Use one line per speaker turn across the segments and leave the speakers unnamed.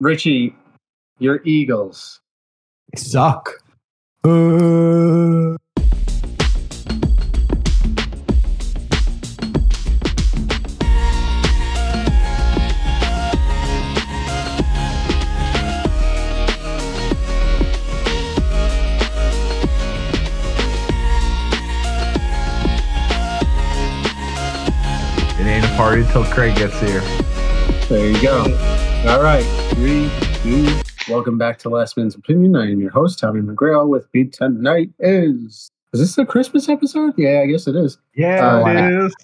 Richie, your Eagles.
Suck. Uh. Boo.
It ain't a party till Craig gets here.
There you go. All right. Three, two. Welcome back to Last Man's Opinion. I am your host, Tommy McGrail. With me tonight is. Is this the Christmas episode? Yeah, I guess it is.
Yeah,
Uh,
it is.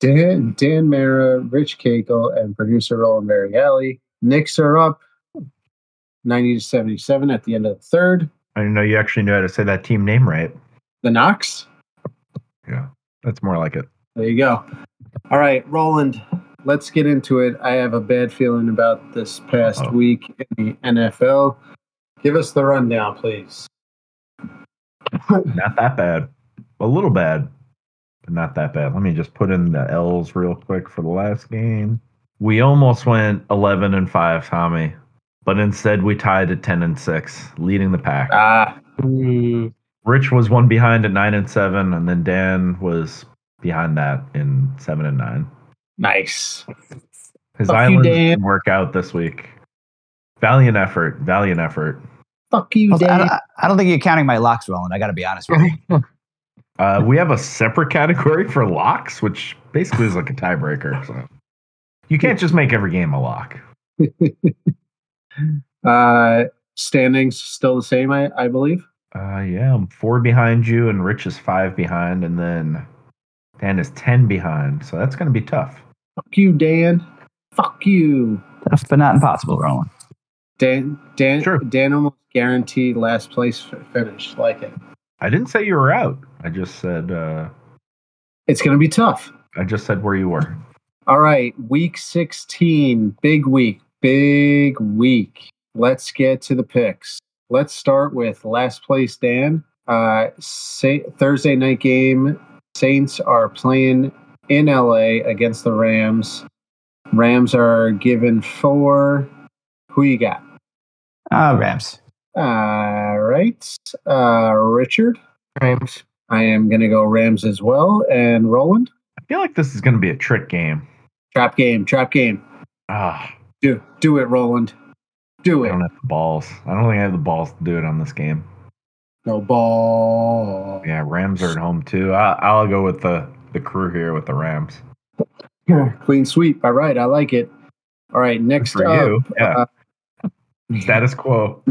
Dan, Dan Mara, Rich Cagle, and producer Roland Mary Alley. Knicks are up 90 to 77 at the end of the third.
I didn't know you actually knew how to say that team name right.
The Knox.
That's more like it.
There you go. All right, Roland, let's get into it. I have a bad feeling about this past
Oh.
week in the NFL. Give us the rundown, please.
Not that bad. A little bad, but not that bad. Let me just put in the L's real quick for the last game. We almost went 11 and 5, Tommy, but instead we tied at 10 and 6, leading the pack.
Ah,
Mm,
Rich was one behind at 9 and 7, and then Dan was behind that in 7 and 9.
nice.
His
Fuck you,
island
Dan.
didn't work out this week. Valiant effort, valiant effort.
Fuck you,
I
Dave.
don't, I don't think you're counting my locks, Roland. I got to be honest with you.
Uh, we have a separate category for locks, which basically is like a tiebreaker. So you can't just make every game a lock.
Uh, standings still the same, I, I believe.
Uh, yeah, I'm four behind you, and Rich is five behind, and then Dan is ten behind. So that's going to be tough.
Fuck you, Dan. Fuck you.
Tough, but not impossible, Roland.
Dan, Dan,
Sure.
Dan almost guaranteed last place f- finish. Like it.
I didn't say you were out. I just said uh,
It's going to be tough.
I just said where you were.
All right, week 16, big week, big week. Let's get to the picks. Let's start with last place, Dan. Uh, Sa- Thursday night game. Saints are playing in LA against the Rams. Rams are given four. Who you got?
Ah, Rams.
All right, uh, Richard.
Rams.
I am going to go Rams as well. And Roland,
I feel like this is going to be a trick game.
trap game, trap game.
Ah,
Do do it, Roland. Do
I
it.
don't have the balls. I don't think I have the balls to do it on this game.
No ball.
Yeah, Rams are at home too. I, I'll go with the the crew here with the Rams.
Clean sweep. All right, I like it. All right, next
for
up.
you. Yeah.
uh,
Status quo.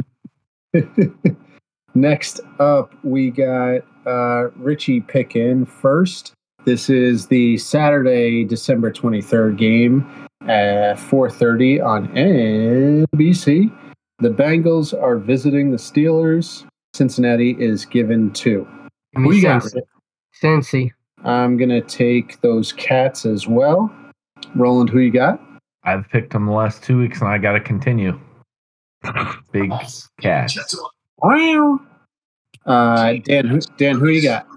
next up, we got uh, Richie Pickin first. This is the Saturday, December twenty third game at four thirty on NBC. The Bengals are visiting the Steelers. Cincinnati is given two.
Give
Who
me
you got?
Cincy. Cincy.
I'm gonna take those cats as well. Roland, who you got?
I've picked them the last two weeks, and I got to continue. Big cat.
Wow. Uh, Dan, who, Dan, who you got?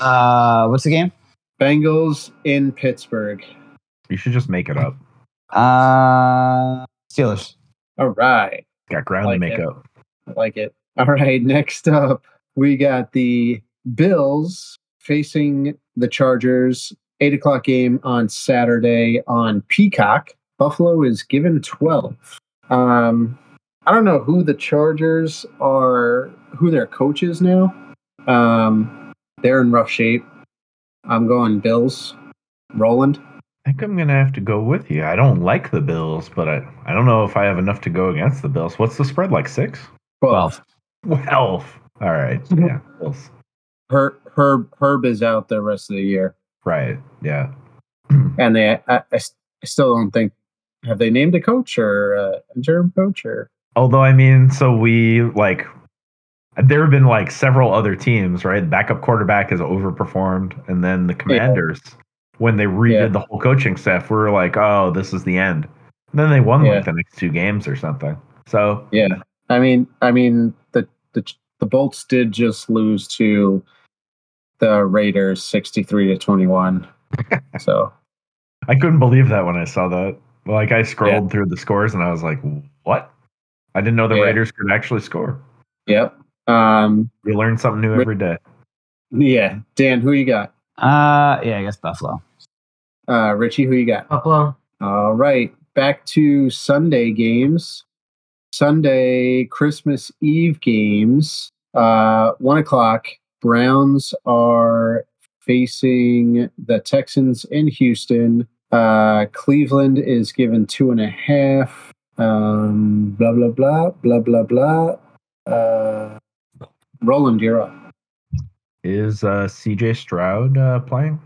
Uh, what's the game?
Bengals in Pittsburgh.
You should just make it up.
Uh, Steelers.
All right,
Got ground
Like
to make
it.
up.
I like it. All right, next up we got the Bills facing the Chargers. Eight o'clock game on Saturday on Peacock. Buffalo is given twelve. Um, I don't know who the Chargers are, who their coach is now. Um, they're in rough shape. I'm going Bills. Roland.
I think I'm gonna have to go with you. I don't like the Bills, but I, I don't know if I have enough to go against the Bills. What's the spread like? Six?
Twelve.
Twelve. All right. Yeah. Bills.
Herb Herb Herb is out the rest of the year,
Right. Yeah.
and they I, I, s- I still don't think have they named a coach or uh, interim coach or
Although I mean, so we like there have been like several other teams, right? Backup quarterback has overperformed, and then the Commanders, when they redid
Yeah.
the whole coaching staff, we were like, "Oh, this is the end." And then they won
Yeah.
like the next two games or something. So
yeah. I mean I mean the the the Bolts did just lose to the Raiders sixty three to twenty one, so
I couldn't believe that when I saw that. Like I scrolled through the scores and I was like, what? I didn't know the
Yeah.
Raiders could actually score.
Yep. Um,
You learn something new
Ra-
every day.
yeah. Dan, who you got?
Uh, yeah, I guess Buffalo.
Uh, Richie, who you got?
Buffalo.
All right, back to Sunday games. Sunday Christmas Eve games. Uh, one o'clock. Browns are facing the Texans in Houston. Uh, Cleveland is given two and a half. Um, blah blah blah blah blah blah. Uh, Roland, you're up.
Is uh, CJ Stroud uh, playing?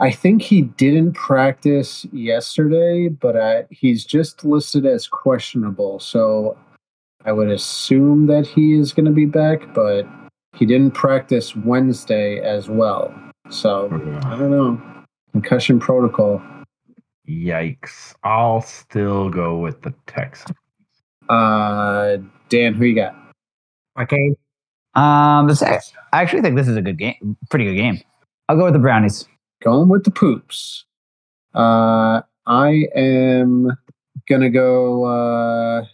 I think he didn't practice yesterday, but I, he's just listed as questionable. So I would assume that he is going to be back, but he didn't practice Wednesday as well. So I don't know. Concussion protocol.
Yikes. I'll still go with the Texans.
Uh, Dan, who you got?
Okay.
Um, this, I actually think this is a good game, pretty good game. I'll go with the Brownies.
Going with the poops. Uh, I am going to go uh,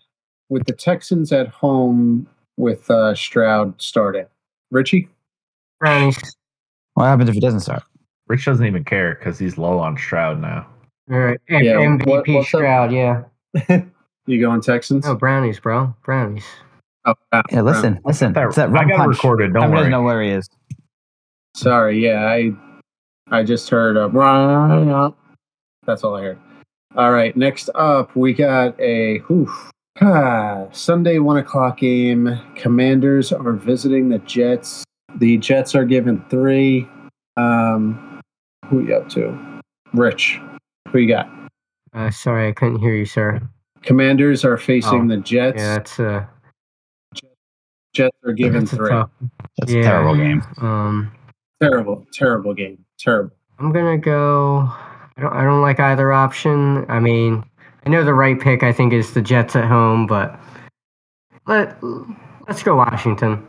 with the Texans at home with uh, Stroud starting. Richie?
Brownies.
What happens if it doesn't start?
Rich doesn't even care because he's low on Stroud now.
All right. And
Yeah,
MVP
what- what's up?
Stroud. Yeah.
You going Texans?
No brownies, bro. Brownies.
Oh, wow.
Yeah, listen, listen.
That-
it's that
I
rum
got it
punch.
recorded. Don't
Tommy
worry.
doesn't know where he is.
Sorry, yeah, I I just heard a that's all I heard. All right, next up we got a oof, ah, Sunday one o'clock game. Commanders are visiting the Jets. The Jets are given three. Um, who you up to? Rich, who you got?
Uh, sorry, I couldn't hear you, sir.
Commanders are facing
Oh,
the Jets.
Yeah, that's uh,
Jets are given
that's a
three.
tough.
That's
Yeah.
a terrible game.
Um,
Terrible, terrible game. Terrible.
I'm gonna go. I don't. I don't like either option. I mean, I know the right pick. I think is the Jets at home, but let let's go Washington.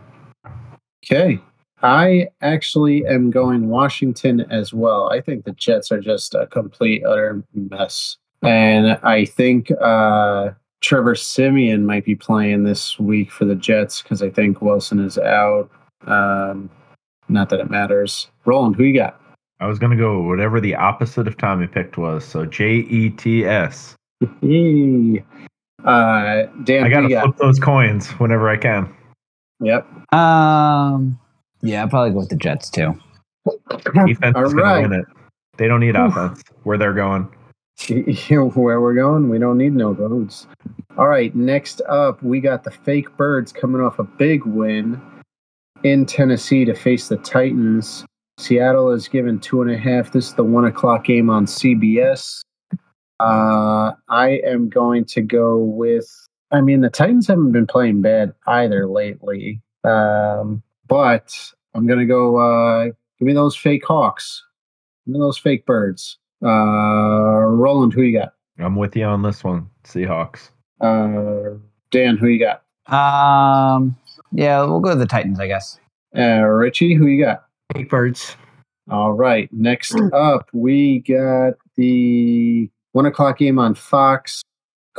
Okay. I actually am going Washington as well. I think the Jets are just a complete utter mess. And I think uh, Trevor Simeon might be playing this week for the Jets because I think Wilson is out. Um, not that it matters. Roland, who you got?
I was going to go whatever the opposite of Tommy picked was. So J E T S.
Yee. Uh, Dan,
I
who
got
you
to
got?
flip those coins whenever I can.
Yep.
Um, yeah, I'll probably go with the Jets too.
Defense
All
is going
right.
to win it. They don't need
Oof.
offense where they're going.
where we're going, we don't need no roads. All right, next up, we got the fake birds coming off a big win in Tennessee to face the Titans. Seattle is given two and a half. This is the one o'clock game on CBS. Uh, I am going to go with. I mean, the Titans haven't been playing bad either lately, um, but I'm going to go. Uh, give me those fake hawks. Give me those fake birds. Uh, Roland, who you got?
I'm with you on this one, Seahawks.
Uh, Dan, who you got?
Um, yeah, we'll go with the Titans, I guess.
Uh, Richie, who you got?
Big birds.
All right. Next up, we got the one o'clock game on Fox.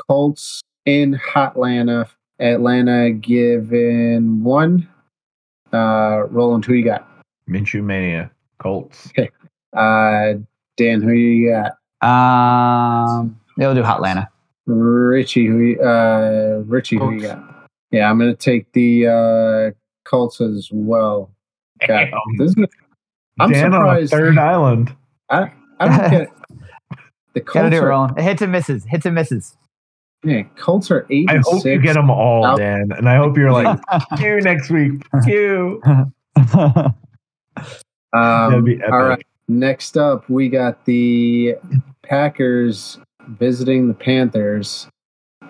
Colts in Hotlanta. Atlanta given one. Uh, Roland, who you got?
Minshew Mania, Colts.
Uh, Dan, who you got?
Um, yeah, we'll do Hotlanta.
Richie, who you, uh, Richie, who you
Colts.
got? Yeah, I'm gonna take the uh, Colts as well. God,
Um,
this is I'm
Dan on a
surprised.
third island.
I don't get it. The
Gotta
Colts
do it,
are,
Roland. Hits and misses. Hits and misses.
yeah, Colts are eight.
I
and
hope
six.
you get them all,
Out.
Dan. And I hope you're like, you next week. You.
Um,
That'd be epic.
All right. Next up, we got the Packers visiting the Panthers.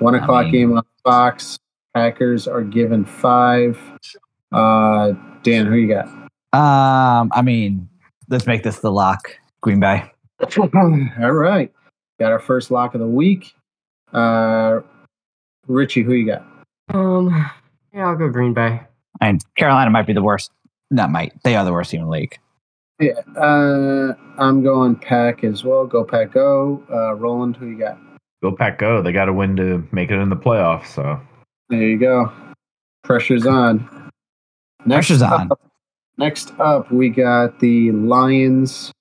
One
I
o'clock
mean-
game on Fox. Packers are given five. Uh, Dan, who you got?
um, I mean, let's make this the lock. Green Bay.
Um,
all right. Got our first lock of the week. Uh, Richie, who you got?
Um, yeah, I'll go Green Bay.
And Carolina might be the worst. Not might. They are the worst team in the league.
Yeah, uh, I'm going pack as well. Go pack go. Uh, Roland, who you got?
Go Pack Go. They got to win to make it in the playoffs. So
There you go. Pressure's on. Next
Pressure's on.
up- next up, we got the Lions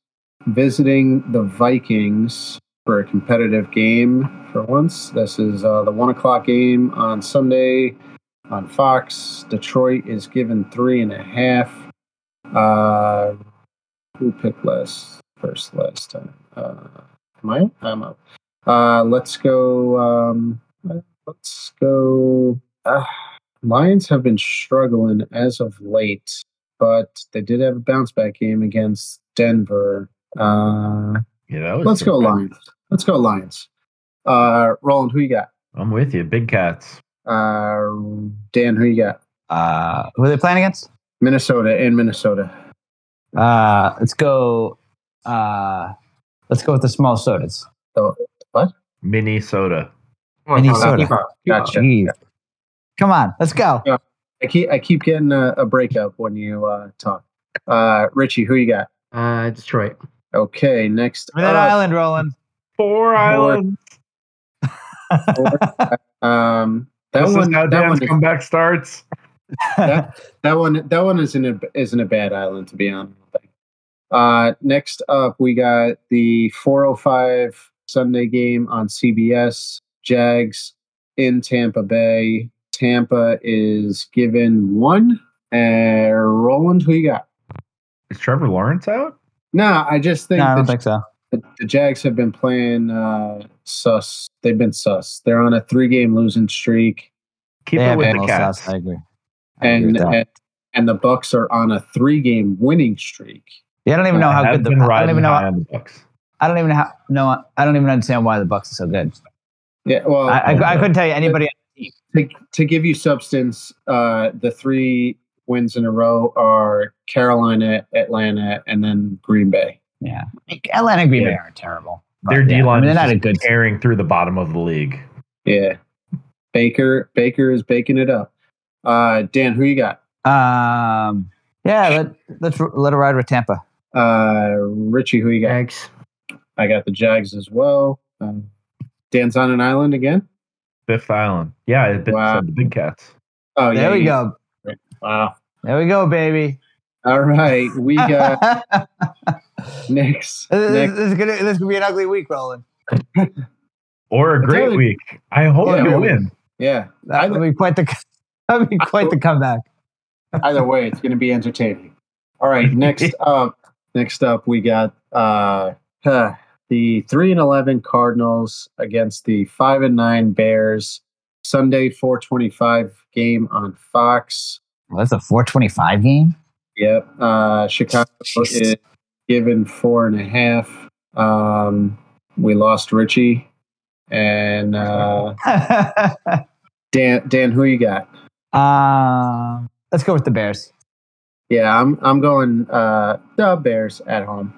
visiting the Vikings for a competitive game for once. This is uh, the one o'clock game on Sunday on Fox. Detroit is given three and a half. Uh, who picked last? First last time. Uh, am I? I'm up. Uh, let's go. Um, let's go. Ah, Lions have been struggling as of late, but they did have a bounce back game against Denver. Uh,
yeah, that was
let's go
surprising.
Lions. Let's go Lions. Uh, Roland, who you got?
I'm with you, Big Cats.
Uh, Dan, who you got?
Uh, who are they playing against?
Minnesota and Minnesota.
Uh, let's go. Uh, let's go with the small sodas.
Minnesota.
Minnesota.
Uh, gotcha.
Jeez. Come on, let's go.
I keep I keep getting a, a breakup when you uh, talk. Uh, Richie, who you got?
Uh, Detroit.
Okay, next.
We're that
up.
island rolling.
Four Island.
Um, that
This
one,
is how
that
Dan's
one, is-
comeback starts.
that one, that one isn't a, isn't a bad island to be on. Uh, next up, we got the 405 Sunday game on CBS. Jags in Tampa Bay. Tampa is given one. And Roland, who you got?
Is Trevor Lawrence out?
No, I just think
No, I
the
don't think so.
the, the Jags have been playing uh, sus. They've been sus. They're on a three-game losing streak,
Keep
They
it
have
with
been
the
all
Cats.
sus, I agree. I agree
and
with that.
and, and the Bucks are on a three-game winning streak.
yeah, I don't even know how
I've
good the.
been
I don't
riding
even
high
know.
on the Bucks.
I don't even know how, no. I don't even understand why the Bucks are so good.
Yeah,
Oh,
well,
I, I, I couldn't tell you anybody.
to, to give you substance, uh, the three wins in a row are Carolina, Atlanta, and then Green Bay.
Yeah, like, Atlanta and Green
Yeah.
Bay are terrible. but
Their
yeah,
D
I
line
mean, they're
is
not a
just
good.
tearing through the bottom of the league.
Yeah, Baker Baker is baking it up. Uh, Dan, who you got?
Um, yeah, let let's r- let it ride with Tampa.
Uh, Richie, who you got?
Jags.
I got the Jags as well. Um, Dan's on an island again.
Fifth Island. Yeah, it's been
Wow.
said the Big Cats.
Oh, yeah,
there we
you-
go.
Wow.
There we go, baby.
All right, we got next.
This,
next
this is gonna this is gonna be an ugly week, Roland.
Or a
It's
great
only-
week. I hope
Yeah,
they
well-
win.
yeah.
That would be quite the that would be quite the comeback.
Either way, it's going to be entertaining. All right, next up, next up, we got uh, huh, the three and eleven Cardinals against the five and nine Bears. Sunday, four twenty-five game on Fox.
Well, that's a 425 game.
Yep. Uh, Chicago is given four and a half. Um, we lost Richie and uh, Dan. Dan, who you got?
um, let's go with the Bears.
Yeah, I'm I'm going uh the Bears at home.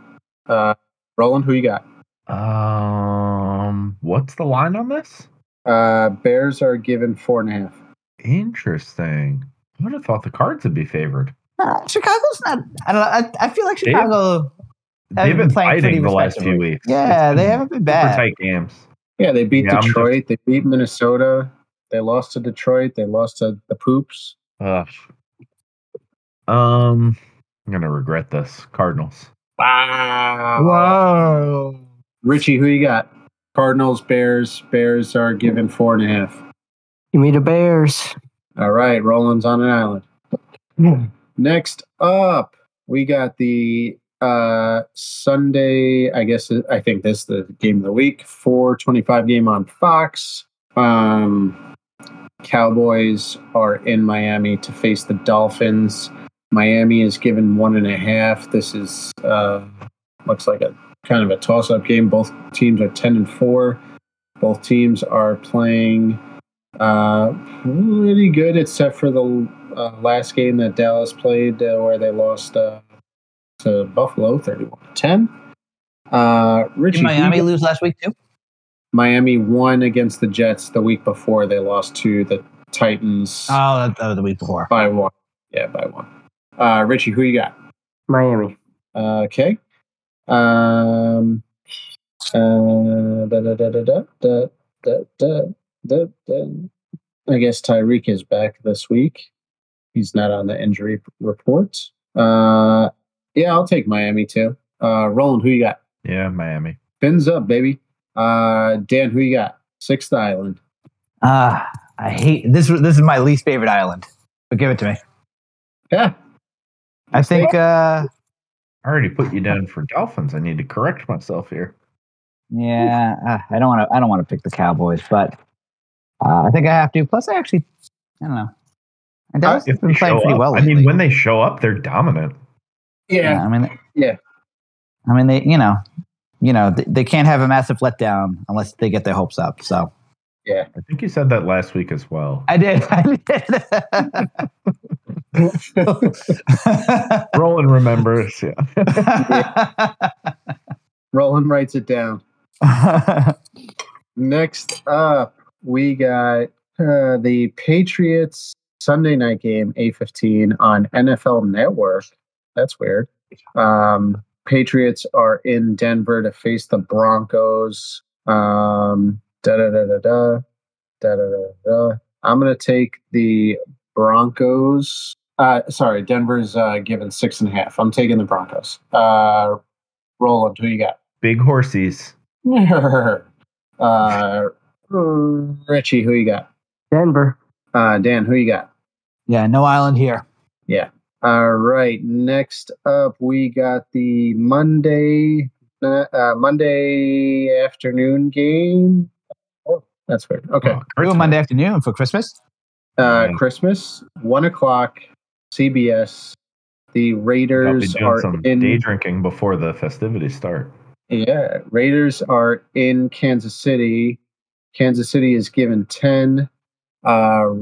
Uh Roland, who you got?
Um, what's the line on this?
Uh Bears are given four and a half.
Interesting. I would have thought the Cards would be favored.
Uh, Chicago's not. I don't know. I, I feel like
They-
Chicago. They've
They've
been
been
playing pretty
fighting the last few
respectably.
weeks.
Yeah,
It's
they
been
haven't been
Super
bad.
tight games.
Yeah, they beat
Yeah, I'm
Detroit, they beat Minnesota, they lost to Detroit, they lost to the poops.
Ugh. Um, I'm gonna regret this. Cardinals.
Wow.
Whoa.
Richie, who you got? Cardinals, Bears, Bears are given four and a half.
Give me the Bears.
All right, Roland's on an island. Next up, we got the uh Sunday. I guess I think this is the game of the week. Four twenty-five game on Fox. Um, Cowboys are in Miami to face the Dolphins. Miami is given one and a half. This is uh, looks like a kind of a toss-up game. Both teams are ten and four. Both teams are playing uh, pretty good, except for the uh, last game that Dallas played, uh, where they lost uh, to Buffalo, thirty-one to ten. Uh, Richie,
Did
who
Miami
you-
lose last week too?
Miami won against the Jets the week before they lost to the Titans
Oh, that, that was the week before.
by one. Yeah, by one. Uh, Richie, who you got?
Miami.
Uh, okay. Um, uh, da, da, da, da, da, da. Da, da, da, da. I guess Tyreek is back this week. He's not on the injury p- report. Uh, yeah, I'll take Miami too. Uh, Roland, who you got?
Yeah, Miami.
Fins up, baby. Uh, Dan, who you got? Sixth Island.
Ah, I hate this. This is my least favorite island, but give it to me.
Yeah,
I think. uh
I already put you down for Dolphins. I need to correct myself here.
Yeah, uh, I don't want to. I don't want to pick the Cowboys, but uh, I think I have to. Plus, I actually, I don't know. And Dallas
Uh, If
has been
they
playing
show
pretty
up-
well.
I mean,
lately.
when they show up, they're dominant.
yeah,
I mean,
Yeah.
I mean, they, you know, you know, they, they can't have a massive letdown unless they get their hopes up. So
I think you said that last week as well.
I did. I did.
Roland remembers. Yeah.
Roland writes it down. Next up, we got uh, the Patriots Sunday night game, eight fifteen on NFL Network. That's weird. Um, Patriots are in Denver to face the Broncos. Um, da da da da da da da da. da. I'm gonna take the Broncos. Uh, sorry, Denver's uh, given six and a half. I'm taking the Broncos. Uh, Roland, who you got?
Big horsies.
uh, Richie, who you got?
Denver.
Uh, Dan, who you got?
yeah, no island here.
All right. Next up, we got the Monday uh, uh, Monday afternoon game. Oh, that's weird. Okay.
Oh,
We
Kurt's
were Monday afternoon for Christmas.
Uh,
Yeah.
Christmas, one o'clock, CBS. The
I'll be
Raiders
doing
are
some
in.
day drinking before the festivities start.
Yeah, Raiders are in Kansas City. Kansas City is given ten. Uh,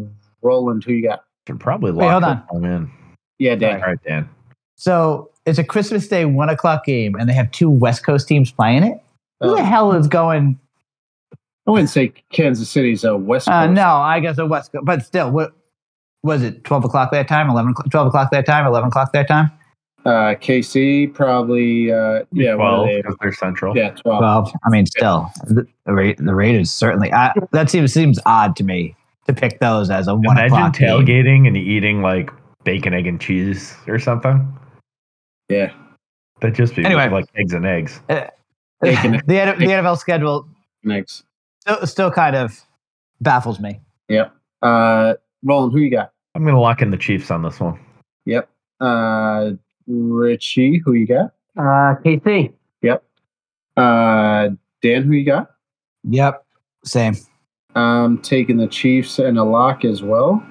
Roland, who you got?
Should probably lock
Wait, hold
that one in.
Yeah,
All
Dan.
right, Dan.
So it's a Christmas Day one o'clock game, and they have two West Coast teams playing it. Who the
Uh,
hell is going?
I wouldn't say Kansas City's a West Coast.
Uh, no, I guess the West Coast, but still, what was it? Twelve o'clock that time? Eleven? o'clock- Twelve o'clock that time? Eleven o'clock that time?
Uh, KC probably. Uh, yeah, one of
12,
the-
because they're central.
yeah, twelve.
Twelve. I mean, still, the, the, Ra- the Raiders certainly. I, that seems seems odd to me to pick those as a one
Imagine
o'clock game.
tailgating and eating like bacon, egg, and cheese or something.
Yeah.
That'd just be
Anyway.
like eggs and eggs.
Taking
the,
it.
N- the NFL schedule
Next,
still, still kind of baffles me.
uh, Roland, who you got?
I'm going to lock in the Chiefs on this one.
Yep. Uh, Richie, who you got?
Uh, KC.
Yep. Uh, Dan, who you got?
Yep, same.
Um, taking the Chiefs and a lock as well.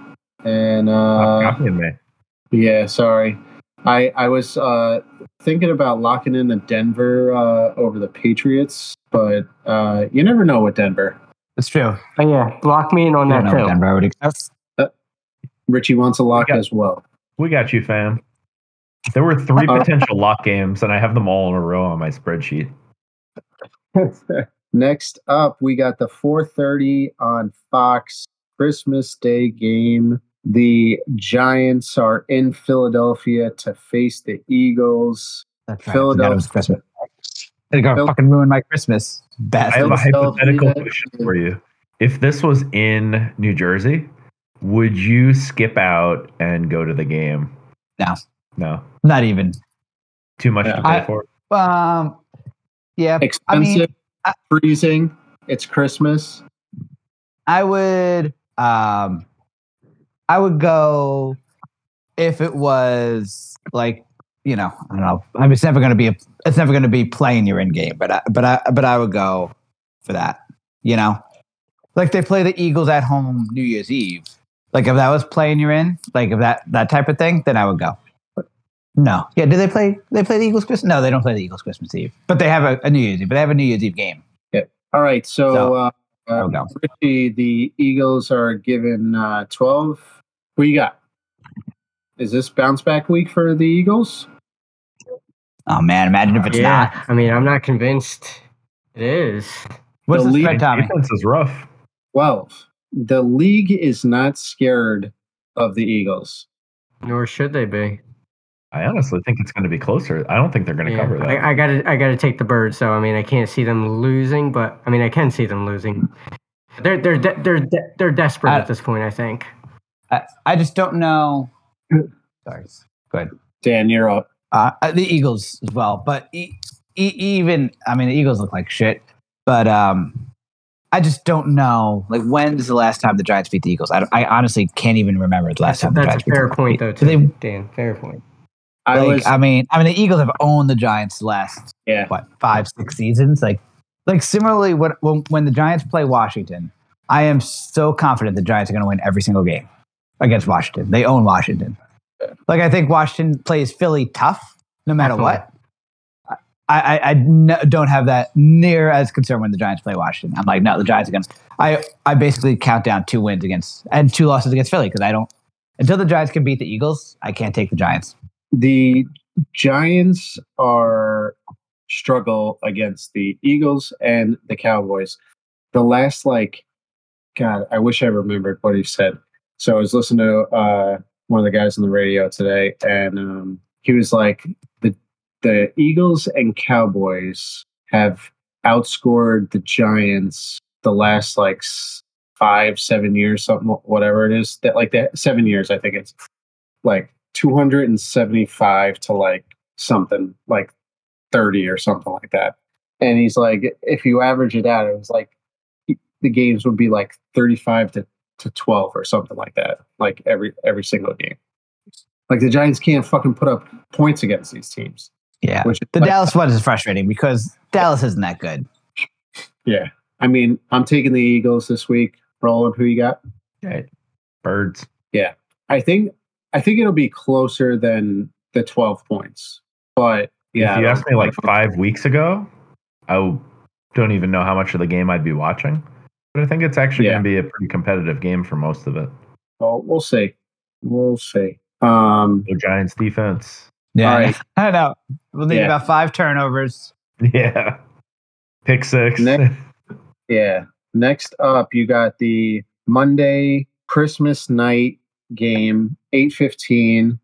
And uh,
Lock in me.
Yeah, sorry. I I was uh, thinking about locking in the Denver uh, over the Patriots, but uh, you never know with Denver.
It's true.
Oh yeah, lock me in on
I don't
that
know
too.
if Denver already-
Richie wants a lock
Okay.
as well.
We got you, fam. There were three
Uh-oh.
potential lock games, and I have them all in a row on my spreadsheet.
Next up, we got the 4:30 on Fox Christmas Day game. The Giants are in Philadelphia to face the Eagles.
That's
right, I forgot it was
Christmas. They go
Phil-
fucking ruin my Christmas,
I have
bastard.
a
Philadelphia-
hypothetical question for you. If this was in New Jersey, would you skip out and go to the game?
No.
No.
Not even.
Too much to
Yeah.
pay
I-
for?
Um, yeah, I mean,
Expensive,
I-
freezing. It's Christmas.
I would. Um, I would go if it was like you know I don't know. I mean, it's never going to be a. It's never going to be playing your end game, but I, but I but I would go for that. You know, like they play the Eagles at home New Year's Eve. Like if that was playing your in, like if that that type of thing, then I would go. No, yeah. Do they play? They play the Eagles Christmas? No, they don't play the Eagles Christmas Eve, but they have a, a New Year's Eve. But they have a New Year's Eve game.
All right, so,
So,
uh,
I
uh,
would go.
Richie, the Eagles are given uh, 12. Who you got? Is this bounce back week for the Eagles?
Oh man, imagine if it's not.
yeah, I mean, I'm not convinced. It is.
What's
The
the,
lead-
spread, Tommy?
Defense is rough.
12. The league is not scared of the Eagles.
Nor should they be.
I honestly think it's going to be closer. I don't think they're going to
Yeah,
cover that.
I, I gotta, I gotta take the birds. So I mean, I can't see them losing, but I mean, I can see them losing. They're they're de- they're de- they're desperate
I-
at this point. I think.
I, I just don't know. Sorry.
Dan, you're up.
Uh, uh, the Eagles as well, but e- e- even I mean the Eagles look like shit, but um, I just don't know. Like when's the last time the Giants beat the Eagles? I, I honestly can't even remember the last
That's,
time the
that's
Giants
a fair point, though.
beat
Too,
the Eagles.
Dan, fair point.
I
They, like,
was
I mean, I mean the Eagles have owned the Giants the last
yeah.
what five six seasons like like similarly when when, when the giants play washington i am so confident the giants are going to win every single game against washington they own washington like i think washington plays philly tough no matter what i i, I no, don't have that near as concerned when the giants play washington i'm like no the giants are going to i i basically count down two wins against and two losses against philly because i don't until the giants can beat the eagles i can't take the giants
The Giants are struggle against the Eagles and the Cowboys. The last like God, I wish I remembered what he said. So I was listening to uh, one of the guys on the radio today, and um, he was like, "the the Eagles and Cowboys have outscored the Giants the last like s- five, seven years, something, whatever it is. That like that seven years, I think it's like two hundred and seventy five to like something like thirty or something like that." And he's like, "If you average it out, it was like." The games would be like thirty-five to to 12 or something like that like every every single game like the giants can't fucking put up points against these teams
yeah
which is
the
like-
dallas one is frustrating because dallas isn't that good
yeah i mean i'm taking the eagles this week roland who you got
Okay. Birds.
i think i think it'll be closer than the 12 points but yeah
if you
I
asked
don't-
me like five weeks ago, I w- don't even know how much of the game I'd be watching. But I think it's actually
Yeah.
going to be a pretty competitive game for most of it.
well, we'll see we'll see um
The Giants defense.
Yeah,
All right.
I know. We'll need
Yeah.
about five turnovers.
Yeah. Pick six.
Next- yeah next up you got the monday christmas night game 815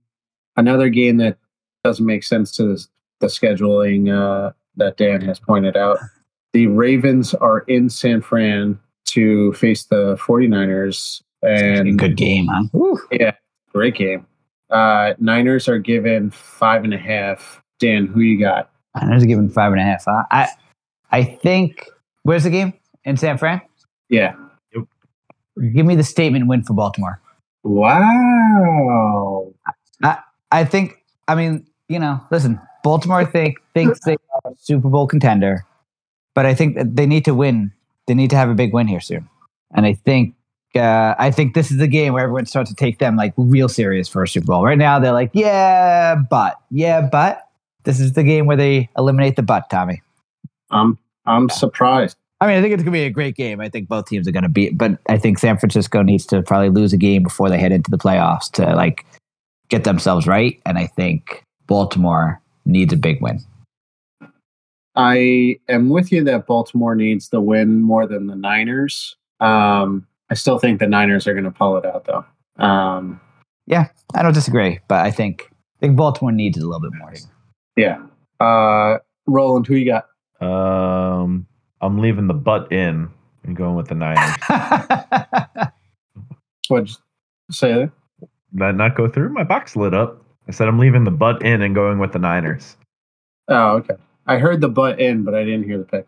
another game that doesn't make sense to the, the scheduling uh, that dan has pointed out the ravens are in san fran to face the 49ers and
Good game, huh?
great game uh, niners are given five and a half dan who you got
I know it's given five and a half. I, I, I think. Where's the game in San Fran?
yeah
Give me the statement win for Baltimore.
wow
I think. I mean, you know, listen. Baltimore think, thinks they are a Super Bowl contender, but I think that they need to win. They need to have a big win here soon, and I think. Uh, I think this is the game where everyone starts to take them like real serious for a Super Bowl. Right now, they're like, yeah, but, yeah, but. This is the game where they eliminate the butt, Tommy.
i'm i'm surprised
I mean, I think it's going to be a great game. I think both teams are going to beat, but I think San Francisco needs to probably lose a game before they head into the playoffs to like get themselves right. And I think Baltimore needs a big win.
I am with you that Baltimore needs the win more than the Niners. Um, I still think the Niners are going to pull it out, though. Um,
I don't disagree, but I think I think Baltimore needs it a little bit more.
yeah. Uh, Roland, who you got?
um, I'm leaving the butt in and going with the Niners.
What say there?
Did that not go through? My box lit up. I said I'm leaving the butt in and going with the Niners.
Oh, okay. I heard the butt in, but I didn't hear the pick.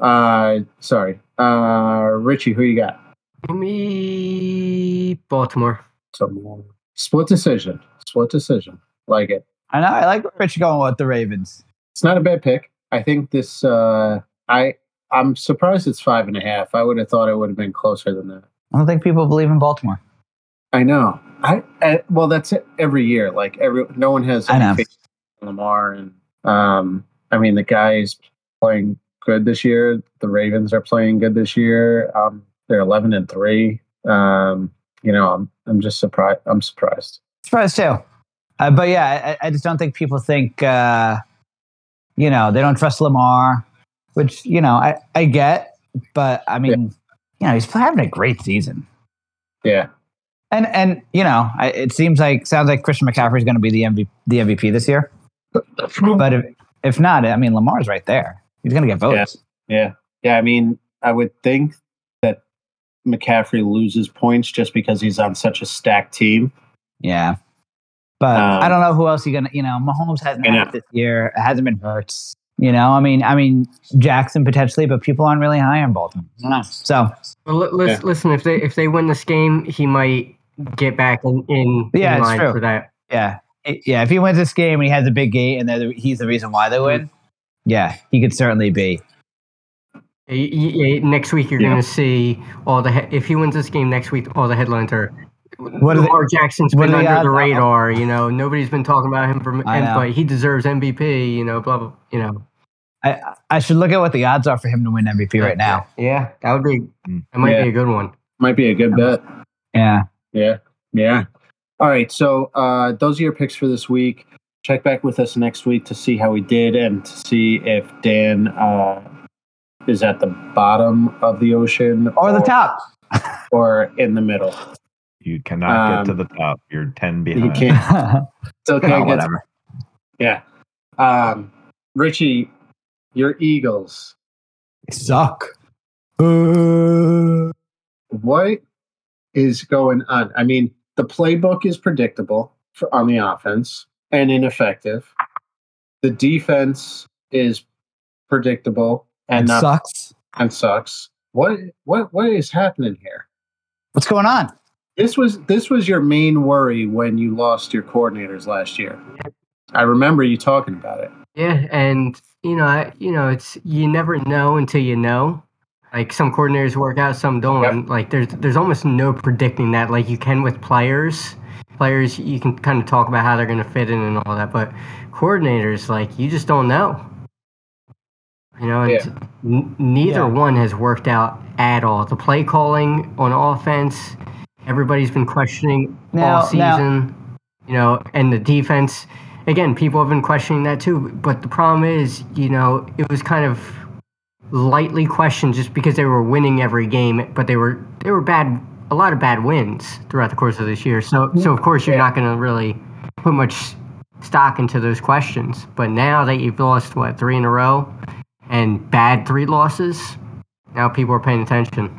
Uh, sorry. Uh, Richie, who you got?
Give me Baltimore.
Tomorrow. Split decision. Split decision. Like it.
I know. I like where Rich is going with the Ravens.
It's not a bad pick. I think this. Uh, I I'm surprised it's five and a half. I would have thought it would have been closer than that.
I don't think people believe in Baltimore.
I know. I, I well, that's it every year. Like every no one has.
I
any
know.
faith in Lamar and um, I mean the guy's playing good this year. The Ravens are playing good this year. Um, they're eleven and three. Um, you know, I'm I'm just surprised. I'm surprised.
Surprised too. Uh, but yeah, I, I just don't think people think, uh, you know, they don't trust Lamar, which, you know, I, I get. But I mean, you know, he's having a great season.
Yeah,
And, and you know, I, it seems like, sounds like Christian McCaffrey is going to be the, MV, the MVP this year. But if, if not, I mean, Lamar's right there. He's going to get votes.
yeah, yeah. I mean, I would think that McCaffrey loses points just because he's on such a stacked team.
Yeah. But
Um,
I don't know who else you're gonna. You know, Mahomes hasn't
I
had
know.
it this year. It hasn't been Hurts. You know, I mean, I mean Jackson potentially, but people aren't really high on Baltimore. I don't know. So
Well, li- lis- listen. If they if they win this game, he might get back in in,
Yeah,
in
it's
line
true.
for that.
yeah, It- yeah. If he wins this game and he has a big gate and they're the, he's the reason why they win, yeah, he could certainly be.
Y- y- y- Next week, you're
Yeah.
going to see all the. He- if he wins this game next week, all the headlines are.
are they-
Lamar Jackson's
what
been
are they
under
on-
the radar. You know, nobody's been talking about him for.
I know.
But he deserves MVP. You know, blah blah. You know.
I I should look at what the odds are for him to win MVP right now.
Yeah, that would be.
Mm.
That might
Yeah.
be a good one.
Might be a good bet.
Yeah,
Yeah. Yeah. All right. So uh, those are your picks for this week. Check back with us next week to see how we did and to see if Dan uh, is at the bottom of the ocean
or the top.
or in the middle.
You cannot
Um,
get to the top. You're ten
He
behind.
can't. Still
Oh,
can't get.
whatever.
Yeah. Um, Richie, your Eagles.
Suck. Uh,
What is going on? I mean, the playbook is predictable for, on the offense and ineffective. The defense is predictable and not
sucks.
and sucks. What what what is happening here?
What's going on?
This was this was your main worry when you lost your coordinators last year. I remember you talking about it.
Yeah, and you know, I, you know, it's you never know until you know. Like some coordinators work out, some don't.
Yep.
And, Like there's there's almost no predicting that. Like you can with players, players you can kind of talk about how they're going to fit in and all that, but coordinators like you just don't know. You know, and
Yeah.
n- neither
Yeah.
one has worked out at all. The play calling on offense, everybody's been questioning
Now-
all
now-
season. You know, and the defense. Again, people have been questioning that too. But the problem is, you know, it was kind of lightly questioned just because they were winning every game, but they were they were bad a lot of bad wins throughout the course of this year. So so of course you're not going to really put much stock into those questions. But now that you've lost what three in a row and bad three losses, now people are paying attention.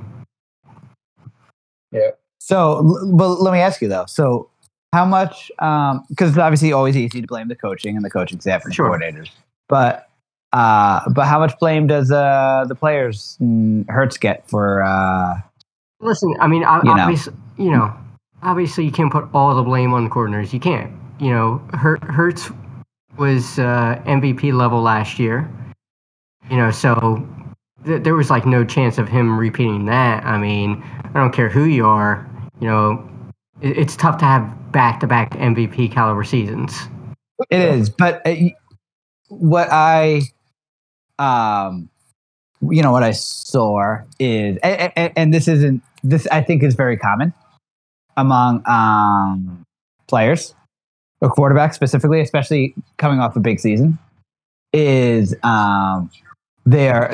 So, l- but let me ask you though. So, how much? Because it's obviously always easy to blame the coaching and the coaching staff and
Sure.
coordinators. But, uh, but how much blame does uh, the players mm, Hertz get for? Uh,
Listen, I mean,
You know.
obviously, you know, obviously, you can't put all the blame on the coordinators. You can't. You know, Hurt, Hertz was uh, MVP level last year. You know, so th- there was like no chance of him repeating that. I mean, I don't care who you are. You know, it, it's tough to have back-to-back MVP caliber seasons.
it is, but uh, y- what I, um, you know, what I saw is, and, and, and this isn't this. I think is very common among um, players or quarterbacks specifically, especially coming off a big season, is um, there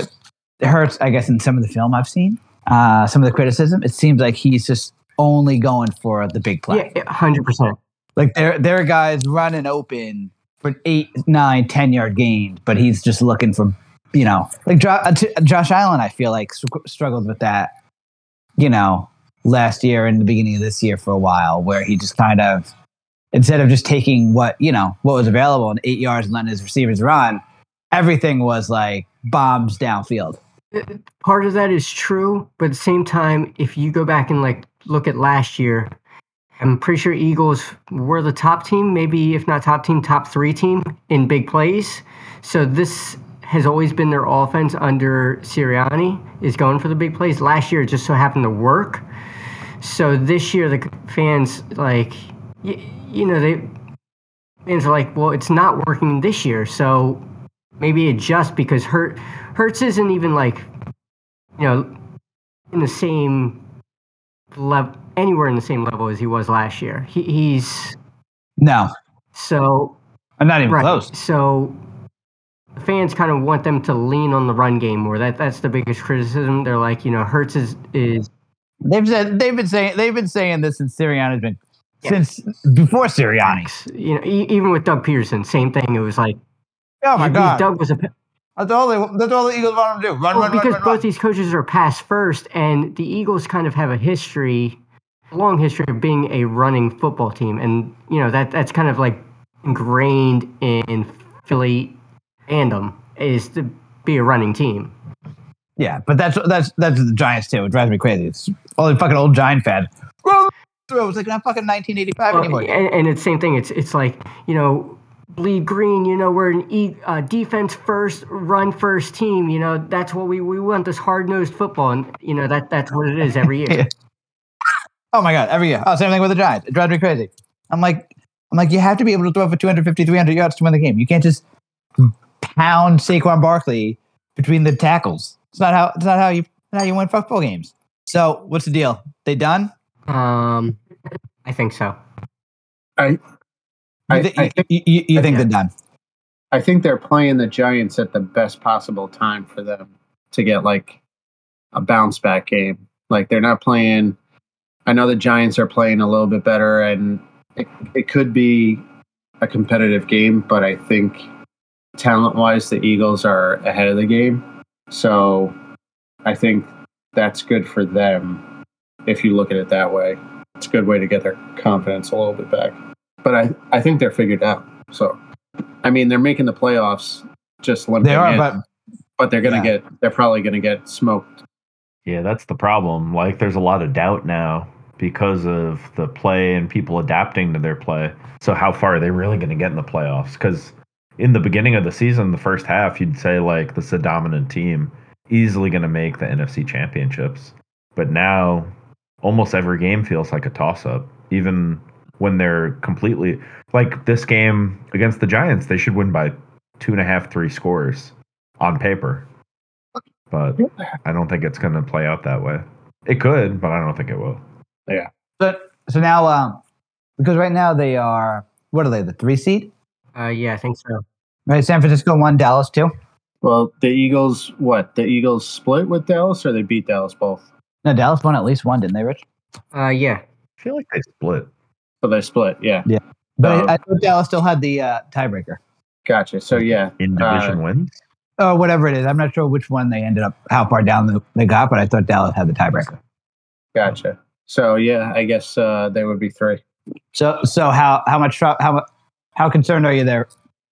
it hurts. I guess in some of the film I've seen, uh, some of the criticism, it seems like he's just only going for the big play.
Yeah, hundred percent.
Like there, there are guys running open for eight, nine, ten yard gains, but he's just looking for, you know, like Jo- uh, t- Josh Allen. I feel like str- struggled with that, you know, last year and the beginning of this year for a while, where he just kind of instead of just taking what you know what was available and eight yards and letting his receivers run, everything was like bombs downfield.
part of that is true, but at the same time, if you go back and like look at last year, I'm pretty sure Eagles were the top team, maybe if not top team, top three team in big plays. So this has always been their offense under Sirianni is going for the big plays. Last year, it just so happened to work. So this year, the fans like, y- you know, they fans are like, well, it's not working this year, so maybe adjust because Hurt Hertz isn't even like you know, in the same level, anywhere in the same level as he was last year. He, he's
No,
so
I'm not even
right.
close.
So the fans kind of want them to lean on the run game more. That that's the biggest criticism. They're like, you know, Hertz is is
They've said they've been saying they've been saying this since Sirianni's been
Yeah.
since before Sirianni.
you know, e- even with Doug Peterson, same thing. It was like,
Oh my
he-
god!
Doug was a
That's all they. That's all the Eagles want them to do. Run,
Well,
run,
Oh, because
run, run,
both
run.
these coaches are pass first, and the Eagles kind of have a history, long history of being a running football team, and you know that that's kind of like ingrained in Philly fandom is to be a running team. e-
Yeah, but that's that's that's the Giants too. It drives me crazy. It's all the fucking old Giant fan. Run through. It's like not fucking 1985
Well,
anymore.
and, and it's same thing. It's it's like you know. Bleed green, you know, we're an e- uh, defense first, run first team. You know, that's what we, we want this hard nosed football. And, you know, that that's what it is every year.
Yeah. Oh my god, every year. Oh, same thing with the Giants. It drives me crazy. I'm like, I'm like, you have to be able to throw for 250, 300 yards to win the game. You can't just pound Saquon Barkley between the tackles. It's not how. It's not how you. Not how you win football games. So what's the deal? They done?
Um, I think so.
You,
I-
thi-
I think-
you, you, you think
yeah.
they're done?
I think they're playing the Giants at the best possible time for them to get like a bounce back game. Like they're not playing. I know the Giants are playing a little bit better, and it, it could be a competitive game, but I think talent wise, the Eagles are ahead of the game. So I think that's good for them if you look at it that way. It's a good way to get their confidence a little bit back. But I, I think they're figured out. So. I mean, they're making the playoffs just limping.
They are,
in,
but
but they're gonna
yeah.
get. They're probably gonna get smoked.
Yeah, that's the problem. Like, there's a lot of doubt now because of the play and people adapting to their play. So, how far are they really going to get in the playoffs? Because in the beginning of the season, the first half, you'd say, like, this is a dominant team, easily going to make the NFC championships. But now, almost every game feels like a toss up, even when they're completely like this game against the Giants, they should win by two and a half, three scores on paper. But. I don't think it's going to play out that way. It could, but I don't think it will.
But so now, um, because right now they are what are they? The three seed,
Uh, yeah, I think so.
right? San Francisco one, Dallas two.
Well, the Eagles. What the Eagles split with Dallas, or they beat Dallas both.
No, Dallas won at least one, didn't they, Rich?
Uh, yeah.
I feel like they split.
So they split. Yeah,
But
Um,
I, I thought Dallas still had the uh, tiebreaker
gotcha. So yeah,
In division wins?
or whatever it is. I'm not sure which one they ended up, how far down the, they got, but I thought Dallas had the tiebreaker.
gotcha. So yeah, I guess uh, they would be three.
So, so how how much tro- how mu- how concerned are you there,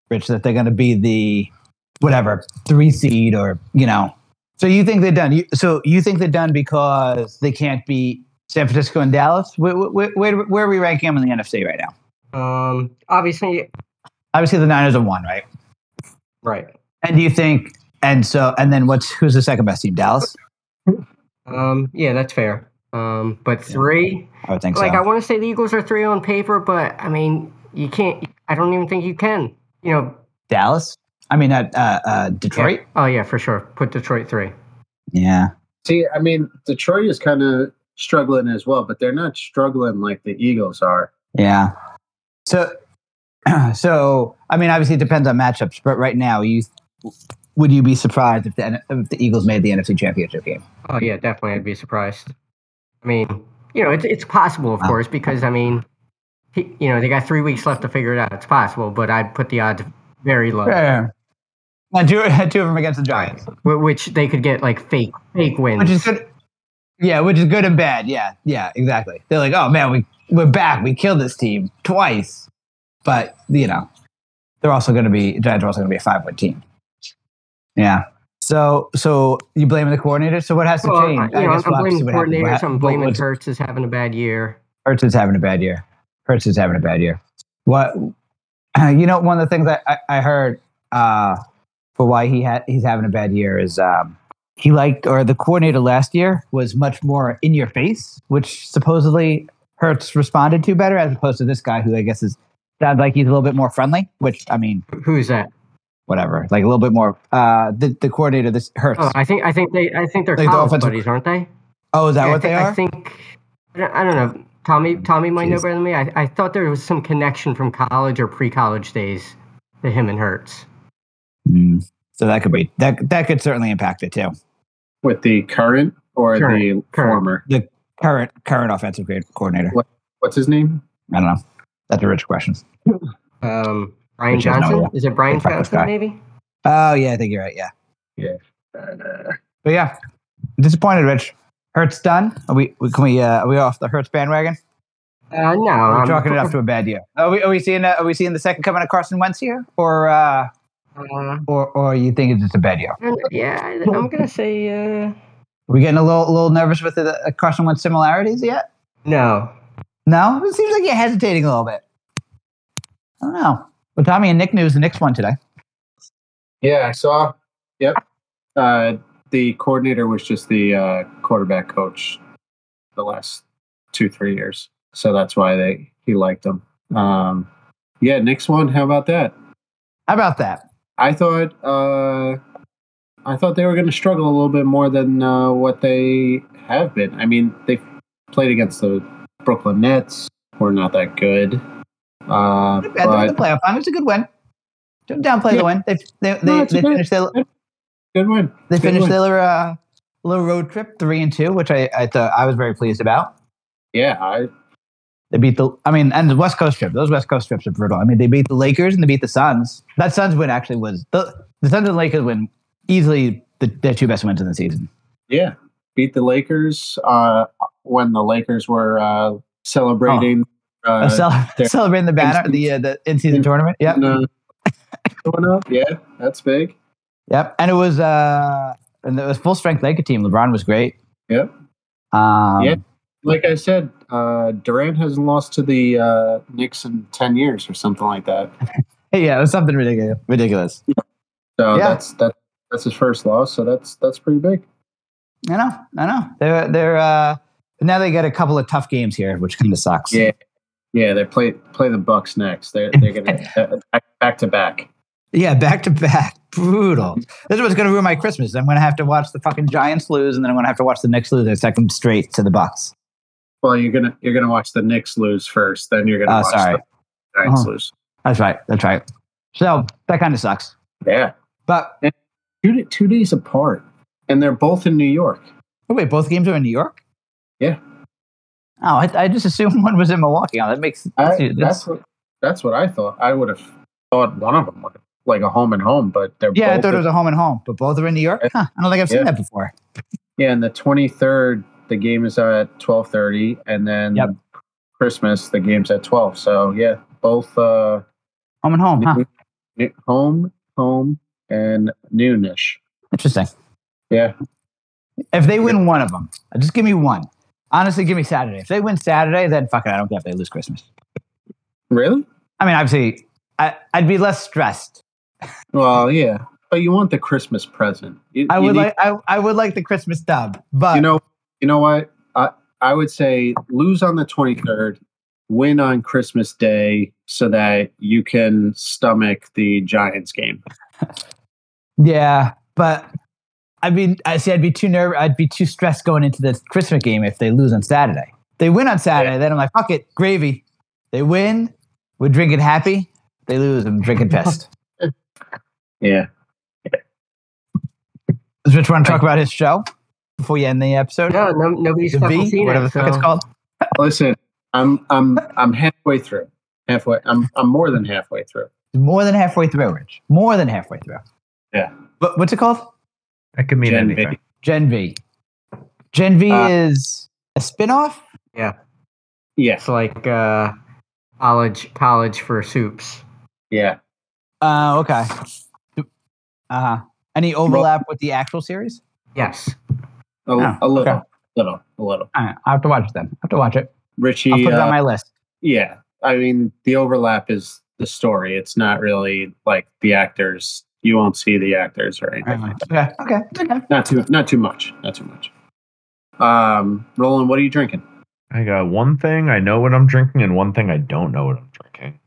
Rich, that they're going to be the whatever three seed or you know? So you think they're done? You, so you think they're done because they can't beat San Francisco and Dallas? Where, where, where, where are we ranking them in the NFC right now?
Um, obviously,
Obviously, the Niners are one, right?
right.
And do you think? And so, and then what's who's the second best team? Dallas.
Um, yeah, that's fair. Um, but three,
I would think
like
so.
I want to say the Eagles are three on paper, but I mean, you can't. I don't even think you can. You know,
Dallas. I mean, uh, uh, uh,
yeah.
Detroit.
Oh yeah, for sure. Put Detroit three.
Yeah.
See, I mean, Detroit is kind of struggling as well, but they're not struggling like the Eagles are.
Yeah. So, so I mean, obviously it depends on matchups, but right now, you would you be surprised if the N- if the Eagles made the NFC Championship game?
Oh yeah, definitely. I'd be surprised. I mean, you know, it's it's possible, of
Wow.
course, because I mean, he, you know, they got three weeks left to figure it out. It's possible, but I'd put the odds very low.
Yeah. And two, two of them against the Giants,
Wh- Which they could get like fake fake wins.
which is good. Yeah, which is good and bad. Yeah, yeah, exactly. They're like, oh man, we we're back. We killed this team twice, but you know, they're also going to be Giants are also going to be a five win team. Yeah. So, so you blaming the coordinator? So what has to
Well,
change?
you know, I'm
we'll have to see what happens.
blaming
What
coordinators.
hap-
I'm
what-
blaming
what's-
Hurts as having a bad year.
Hurts is having a bad year. Hurts is having a bad year. What you know, one of the things I, I, I heard uh, for why he had he's having a bad year is um, he liked or the coordinator last year was much more in your face, which supposedly Hurts responded to better as opposed to this guy who I guess is sounds like he's a little bit more friendly. Which I mean,
Wh- Who's that?
whatever, like a little bit more. Uh, the the coordinator this Hurts.
Oh, I think I think they I think they're
Like the
college
offensive-
buddies, aren't they?
oh, is that
Yeah,
what they
I
are?
think, I think I don't, I don't know. Tommy Tommy might know
Jeez.
better than me. I, I thought there was some connection from college or pre-college days to him and Hurts.
Mm. So that could be that that could certainly impact it too.
With the current or the
Current, current.
former?
Current current offensive co- coordinator.
What's his name?
I don't know. That's a rich question.
Um, Brian
Which is not
Johnson
real.
is it Brian
Fuck this
Johnson
guy.
maybe?
Oh yeah, I think you're right. Yeah,
Uh,
but yeah, disappointed, Rich. Hurts done. Are we? we- Can we? Uh, are we off the Hurts bandwagon?
Uh, no,
We're
Um,
I'm
chalking it up to a bad year. Are we? Are we seeing? Uh, are we seeing the second coming of Carson Wentz here, or uh,
Uh,
or or you think it's just a bad year?
yeah, I- I'm gonna say uh,
Are we getting a little little nervous with the uh, Carson Wentz similarities yet?
no.
No, it seems like you're hesitating a little bit. I don't know. Well, Tommy and Nick news. The Knicks won today.
yeah, I saw. Yep. Uh, the coordinator was just the uh, quarterback coach the last two, three years. So that's why they he liked him. Um, yeah, next one. How about that?
How about that?
I thought uh, I thought they were going to struggle a little bit more than uh, what they have been. I mean, they played against the Brooklyn Nets, who are not that good. Uh,
Not bad. They're in the
but
playoff final. It's a good win. Don't downplay
Yeah.
the win. They they
No,
they,
it's a
they
good-
finished their
good win.
They
Good
finished
win.
their uh, little road trip three and two, which I, I thought I was very pleased about.
Yeah, I,
They beat the I mean, and the West Coast trip. Those West Coast trips are brutal. I mean, they beat the Lakers and they beat the Suns. That Suns win actually was the the Suns and Lakers win easily the, their two best wins in the season.
yeah. Beat the Lakers uh, when the Lakers were uh, celebrating.
Uh,
Uh,
cel-
they're-
celebrating the banner,
and-
the uh, the in season
and-
tournament. Yep,
and, uh, going up. Yeah, that's big.
yep. And it was uh, and it was full strength Laker team. LeBron was great.
Yep.
Um,
Yeah. Like I said, uh, Durant hasn't lost to the uh, Knicks in ten years or something like that.
yeah, it was something ridiculous. Ridiculous.
So
Yeah.
that's that, that's his first loss. So that's that's pretty big.
I know, I know. They're they're uh, now they get a couple of tough games here, which kind of sucks.
Yeah, yeah. They play play the Bucks next. They're they're gonna uh, back, back to back.
yeah, back to back, brutal. This is what's going to ruin my Christmas. I'm going to have to watch the fucking Giants lose, and then I'm going to have to watch the Knicks lose their second straight to the Bucks.
Well, you're gonna you're gonna watch the Knicks lose first. Then you're gonna
Oh,
watch
sorry.
the Giants
Oh.
lose.
That's right. That's right. So that kind of sucks.
Yeah,
But
two da- two days apart, and they're both in New York.
oh, wait, both games are in New York.
Yeah.
Oh, I, I just assumed one was in Milwaukee. Oh, that makes that's,
I,
that's-
that's what that's what I thought. I would have thought one of them would have, like a home and home, but they're
yeah. I
both
thought it was a home and home, but both are in New York. Huh, I don't think I've seen
Yeah.
that before.
Yeah, and the twenty third, the game is at twelve thirty, and then
Yep.
Christmas, the game's at twelve. So yeah, both uh,
Home and home, huh?
noo- noo- home, home, and noonish.
Interesting.
Yeah,
If they win one of them, just give me one. Honestly, give me Saturday. If they win Saturday, then fuck it. I don't care if they lose Christmas.
really?
I mean, obviously, I, I'd be less stressed.
Well, yeah, but you want the Christmas present. You,
I
you
would
need-
like I, I would like the Christmas dub, but
you know, you know what? I I would say lose on the twenty third, win on Christmas Day, so that you can stomach the Giants game.
yeah, but I mean, I see, I'd be too nervous. I'd be too stressed going into the Christmas game if they lose on Saturday. They win on Saturday, then I'm like, fuck it, gravy. They win, we're drinking happy. They lose, I'm drinking pissed.
Yeah,
Does Rich want to talk about his show before you end the episode?
No, no nobody's
The
fucking
V,
seen
whatever the
it.
fuck it's
so-
called.
listen, I'm I'm I'm halfway through. Halfway, I'm I'm more than halfway through.
More than halfway through, Rich. More than halfway through.
Yeah.
But what's it called?
That could mean
Gen V.
anything.
Gen V. Gen V
Uh,
is a spin-off?
Yeah,
It's like uh, college college for soups.
yeah.
Uh, okay. Uh-huh. Any overlap with the actual series?
Yes.
A,
Oh,
a little,
okay.
little, a little.
All right, I'll have to watch it then. I have to watch it.
Richie,
I'll put it
uh,
on my list.
yeah. I mean, the overlap is the story. It's not really like the actors. You won't see the actors or anything. like
Okay. Okay. okay.
that. Not too, not too much. Not too much. Um, Roland, what are you drinking?
I got one thing I know what I'm drinking and one thing I don't know what I'm drinking.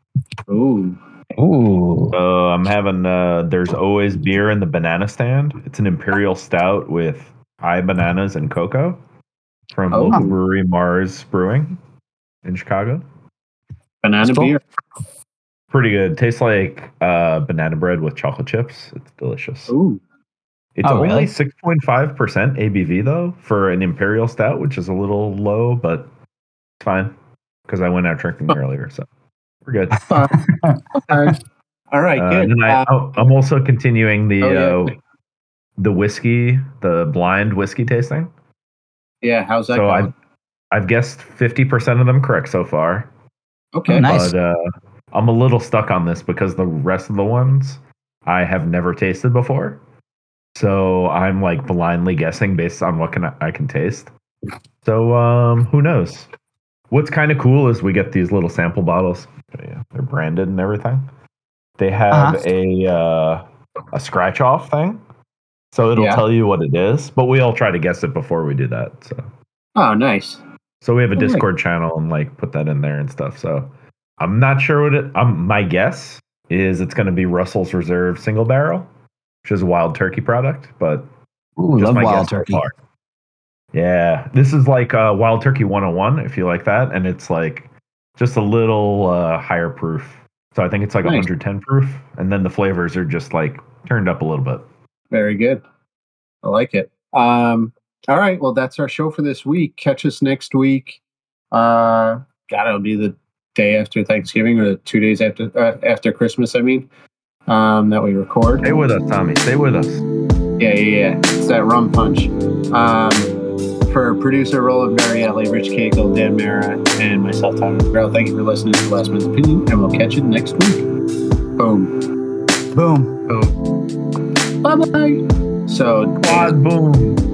Ooh,
Ooh.
So I'm having uh there's always beer in the banana stand. It's an imperial stout with high bananas and cocoa from
Oh.
local brewery Mars Brewing in Chicago.
banana
That's cool.
beer.
Pretty good. Tastes like uh banana bread with chocolate chips. It's delicious.
Ooh,
It's
Oh, really?
only six point five percent ABV though for an imperial stout, which is a little low, but it's fine because I went out drinking earlier, so we're good.
I, Uh, All right,
Uh,
good.
and then I,
Uh,
I'm also continuing the
Oh, yeah.
uh, the whiskey, the blind whiskey tasting.
yeah, how's that
So
going?
I've I've guessed fifty percent of them correct so far.
okay.
Oh, Nice.
But uh, I'm a little stuck on this because the rest of the ones I have never tasted before. So I'm like blindly guessing based on what can I, I can taste. So um, who knows? What's kind of cool is we get these little sample bottles. Yeah, They're branded and everything. They have
Uh-huh.
a uh, a scratch off thing. So it'll
Yeah.
tell you what it is, but we all try to guess it before we do that. So
Oh, nice.
so
Oh,
we have a
Alright.
Discord channel and like put that in there and stuff. So I'm not sure what it. Um, my guess is it's going to be Russell's Reserve Single Barrel, which is a wild turkey product. But
Ooh,
just
love
my
wild
guess so
turkey.
far. Yeah, this is like uh, Wild Turkey 101 if you like that, and it's like just a little uh, higher proof. So I think it's like
Nice.
110 proof, and then the flavors are just like turned up a little bit.
Very good. I like it. Um, all right. Well, that's our show for this week. Catch us next week. Uh, God, it'll be the day after Thanksgiving or the two days after uh, after Christmas. I mean, um, that we record.
Stay with us, Tommy. Stay with us.
Yeah, yeah, yeah. It's that rum punch. Um, for producer Roland Marielli, Rich Cagle, Dan Mara, and myself, Tommy McGraw, thank you for listening to Last Man's Opinion, and we'll catch you next week. Boom.
Boom.
Bye bye. So, Dan,
Quad boom.